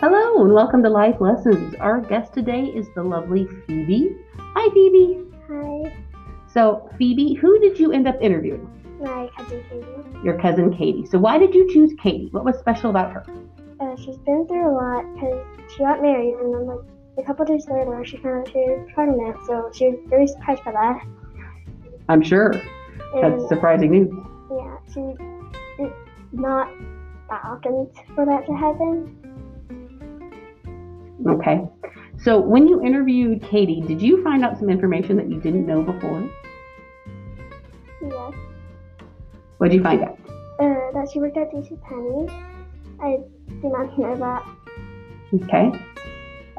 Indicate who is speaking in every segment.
Speaker 1: Hello and welcome to Life Lessons. Our guest today is the lovely Phoebe. Hi, Phoebe.
Speaker 2: Hi,
Speaker 1: So, Phoebe, who did you end up interviewing?
Speaker 2: my cousin Katie.
Speaker 1: Your cousin Katie. So, why did you choose Katie? What was special about her?
Speaker 2: Uh, she's been through a lot because she got married and then like a couple days later she found out she was pregnant, so she was very surprised by that.
Speaker 1: I'm sure
Speaker 2: And
Speaker 1: that's surprising news.
Speaker 2: yeah, she it's not that often for that to happen.
Speaker 1: Okay. So, when you interviewed Katie, did you find out some information that you didn't know before?
Speaker 2: Yes.
Speaker 1: What did you find out?
Speaker 2: Uh, that she worked at DC Penny. I did not know that.
Speaker 1: Okay.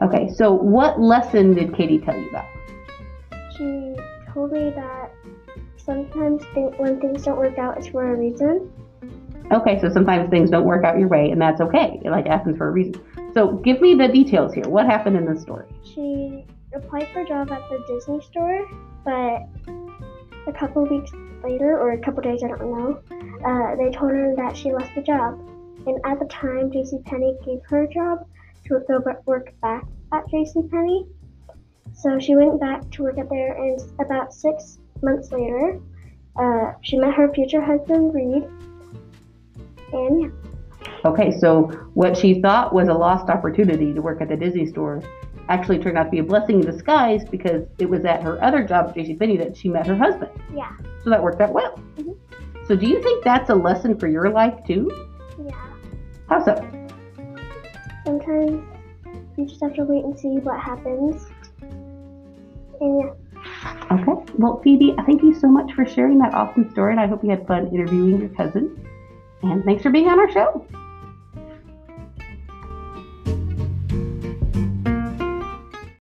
Speaker 1: Okay. So, what lesson did Katie tell you about?
Speaker 2: She told me that sometimes th- when things don't work out, it's for a reason.
Speaker 1: Okay, so sometimes things don't work out your way, and that's okay. It like happens for a reason. So give me the details here. What happened in this story?
Speaker 2: She applied for a job at the Disney store, but a couple weeks later, or a couple days, I don't know, uh, they told her that she lost the job. And at the time, JCPenney gave her a job to go b- work back at JCPenney. So she went back to work at there, and s- about six months later, uh, she met her future husband, Reed. And yeah,
Speaker 1: Okay, so what she thought was a lost opportunity to work at the Disney store actually turned out to be a blessing in disguise because it was at her other job, JCPenney, that she met her husband.
Speaker 2: Yeah.
Speaker 1: So that worked out well.
Speaker 2: Mhm.
Speaker 1: So do you think that's a lesson for your life too?
Speaker 2: yeah.
Speaker 1: How so?
Speaker 2: Sometimes you just have to wait and see what happens. And yeah,
Speaker 1: Okay. Well, Phoebe, thank you so much for sharing that awesome story, and I hope you had fun interviewing your cousin. And thanks for being on our show.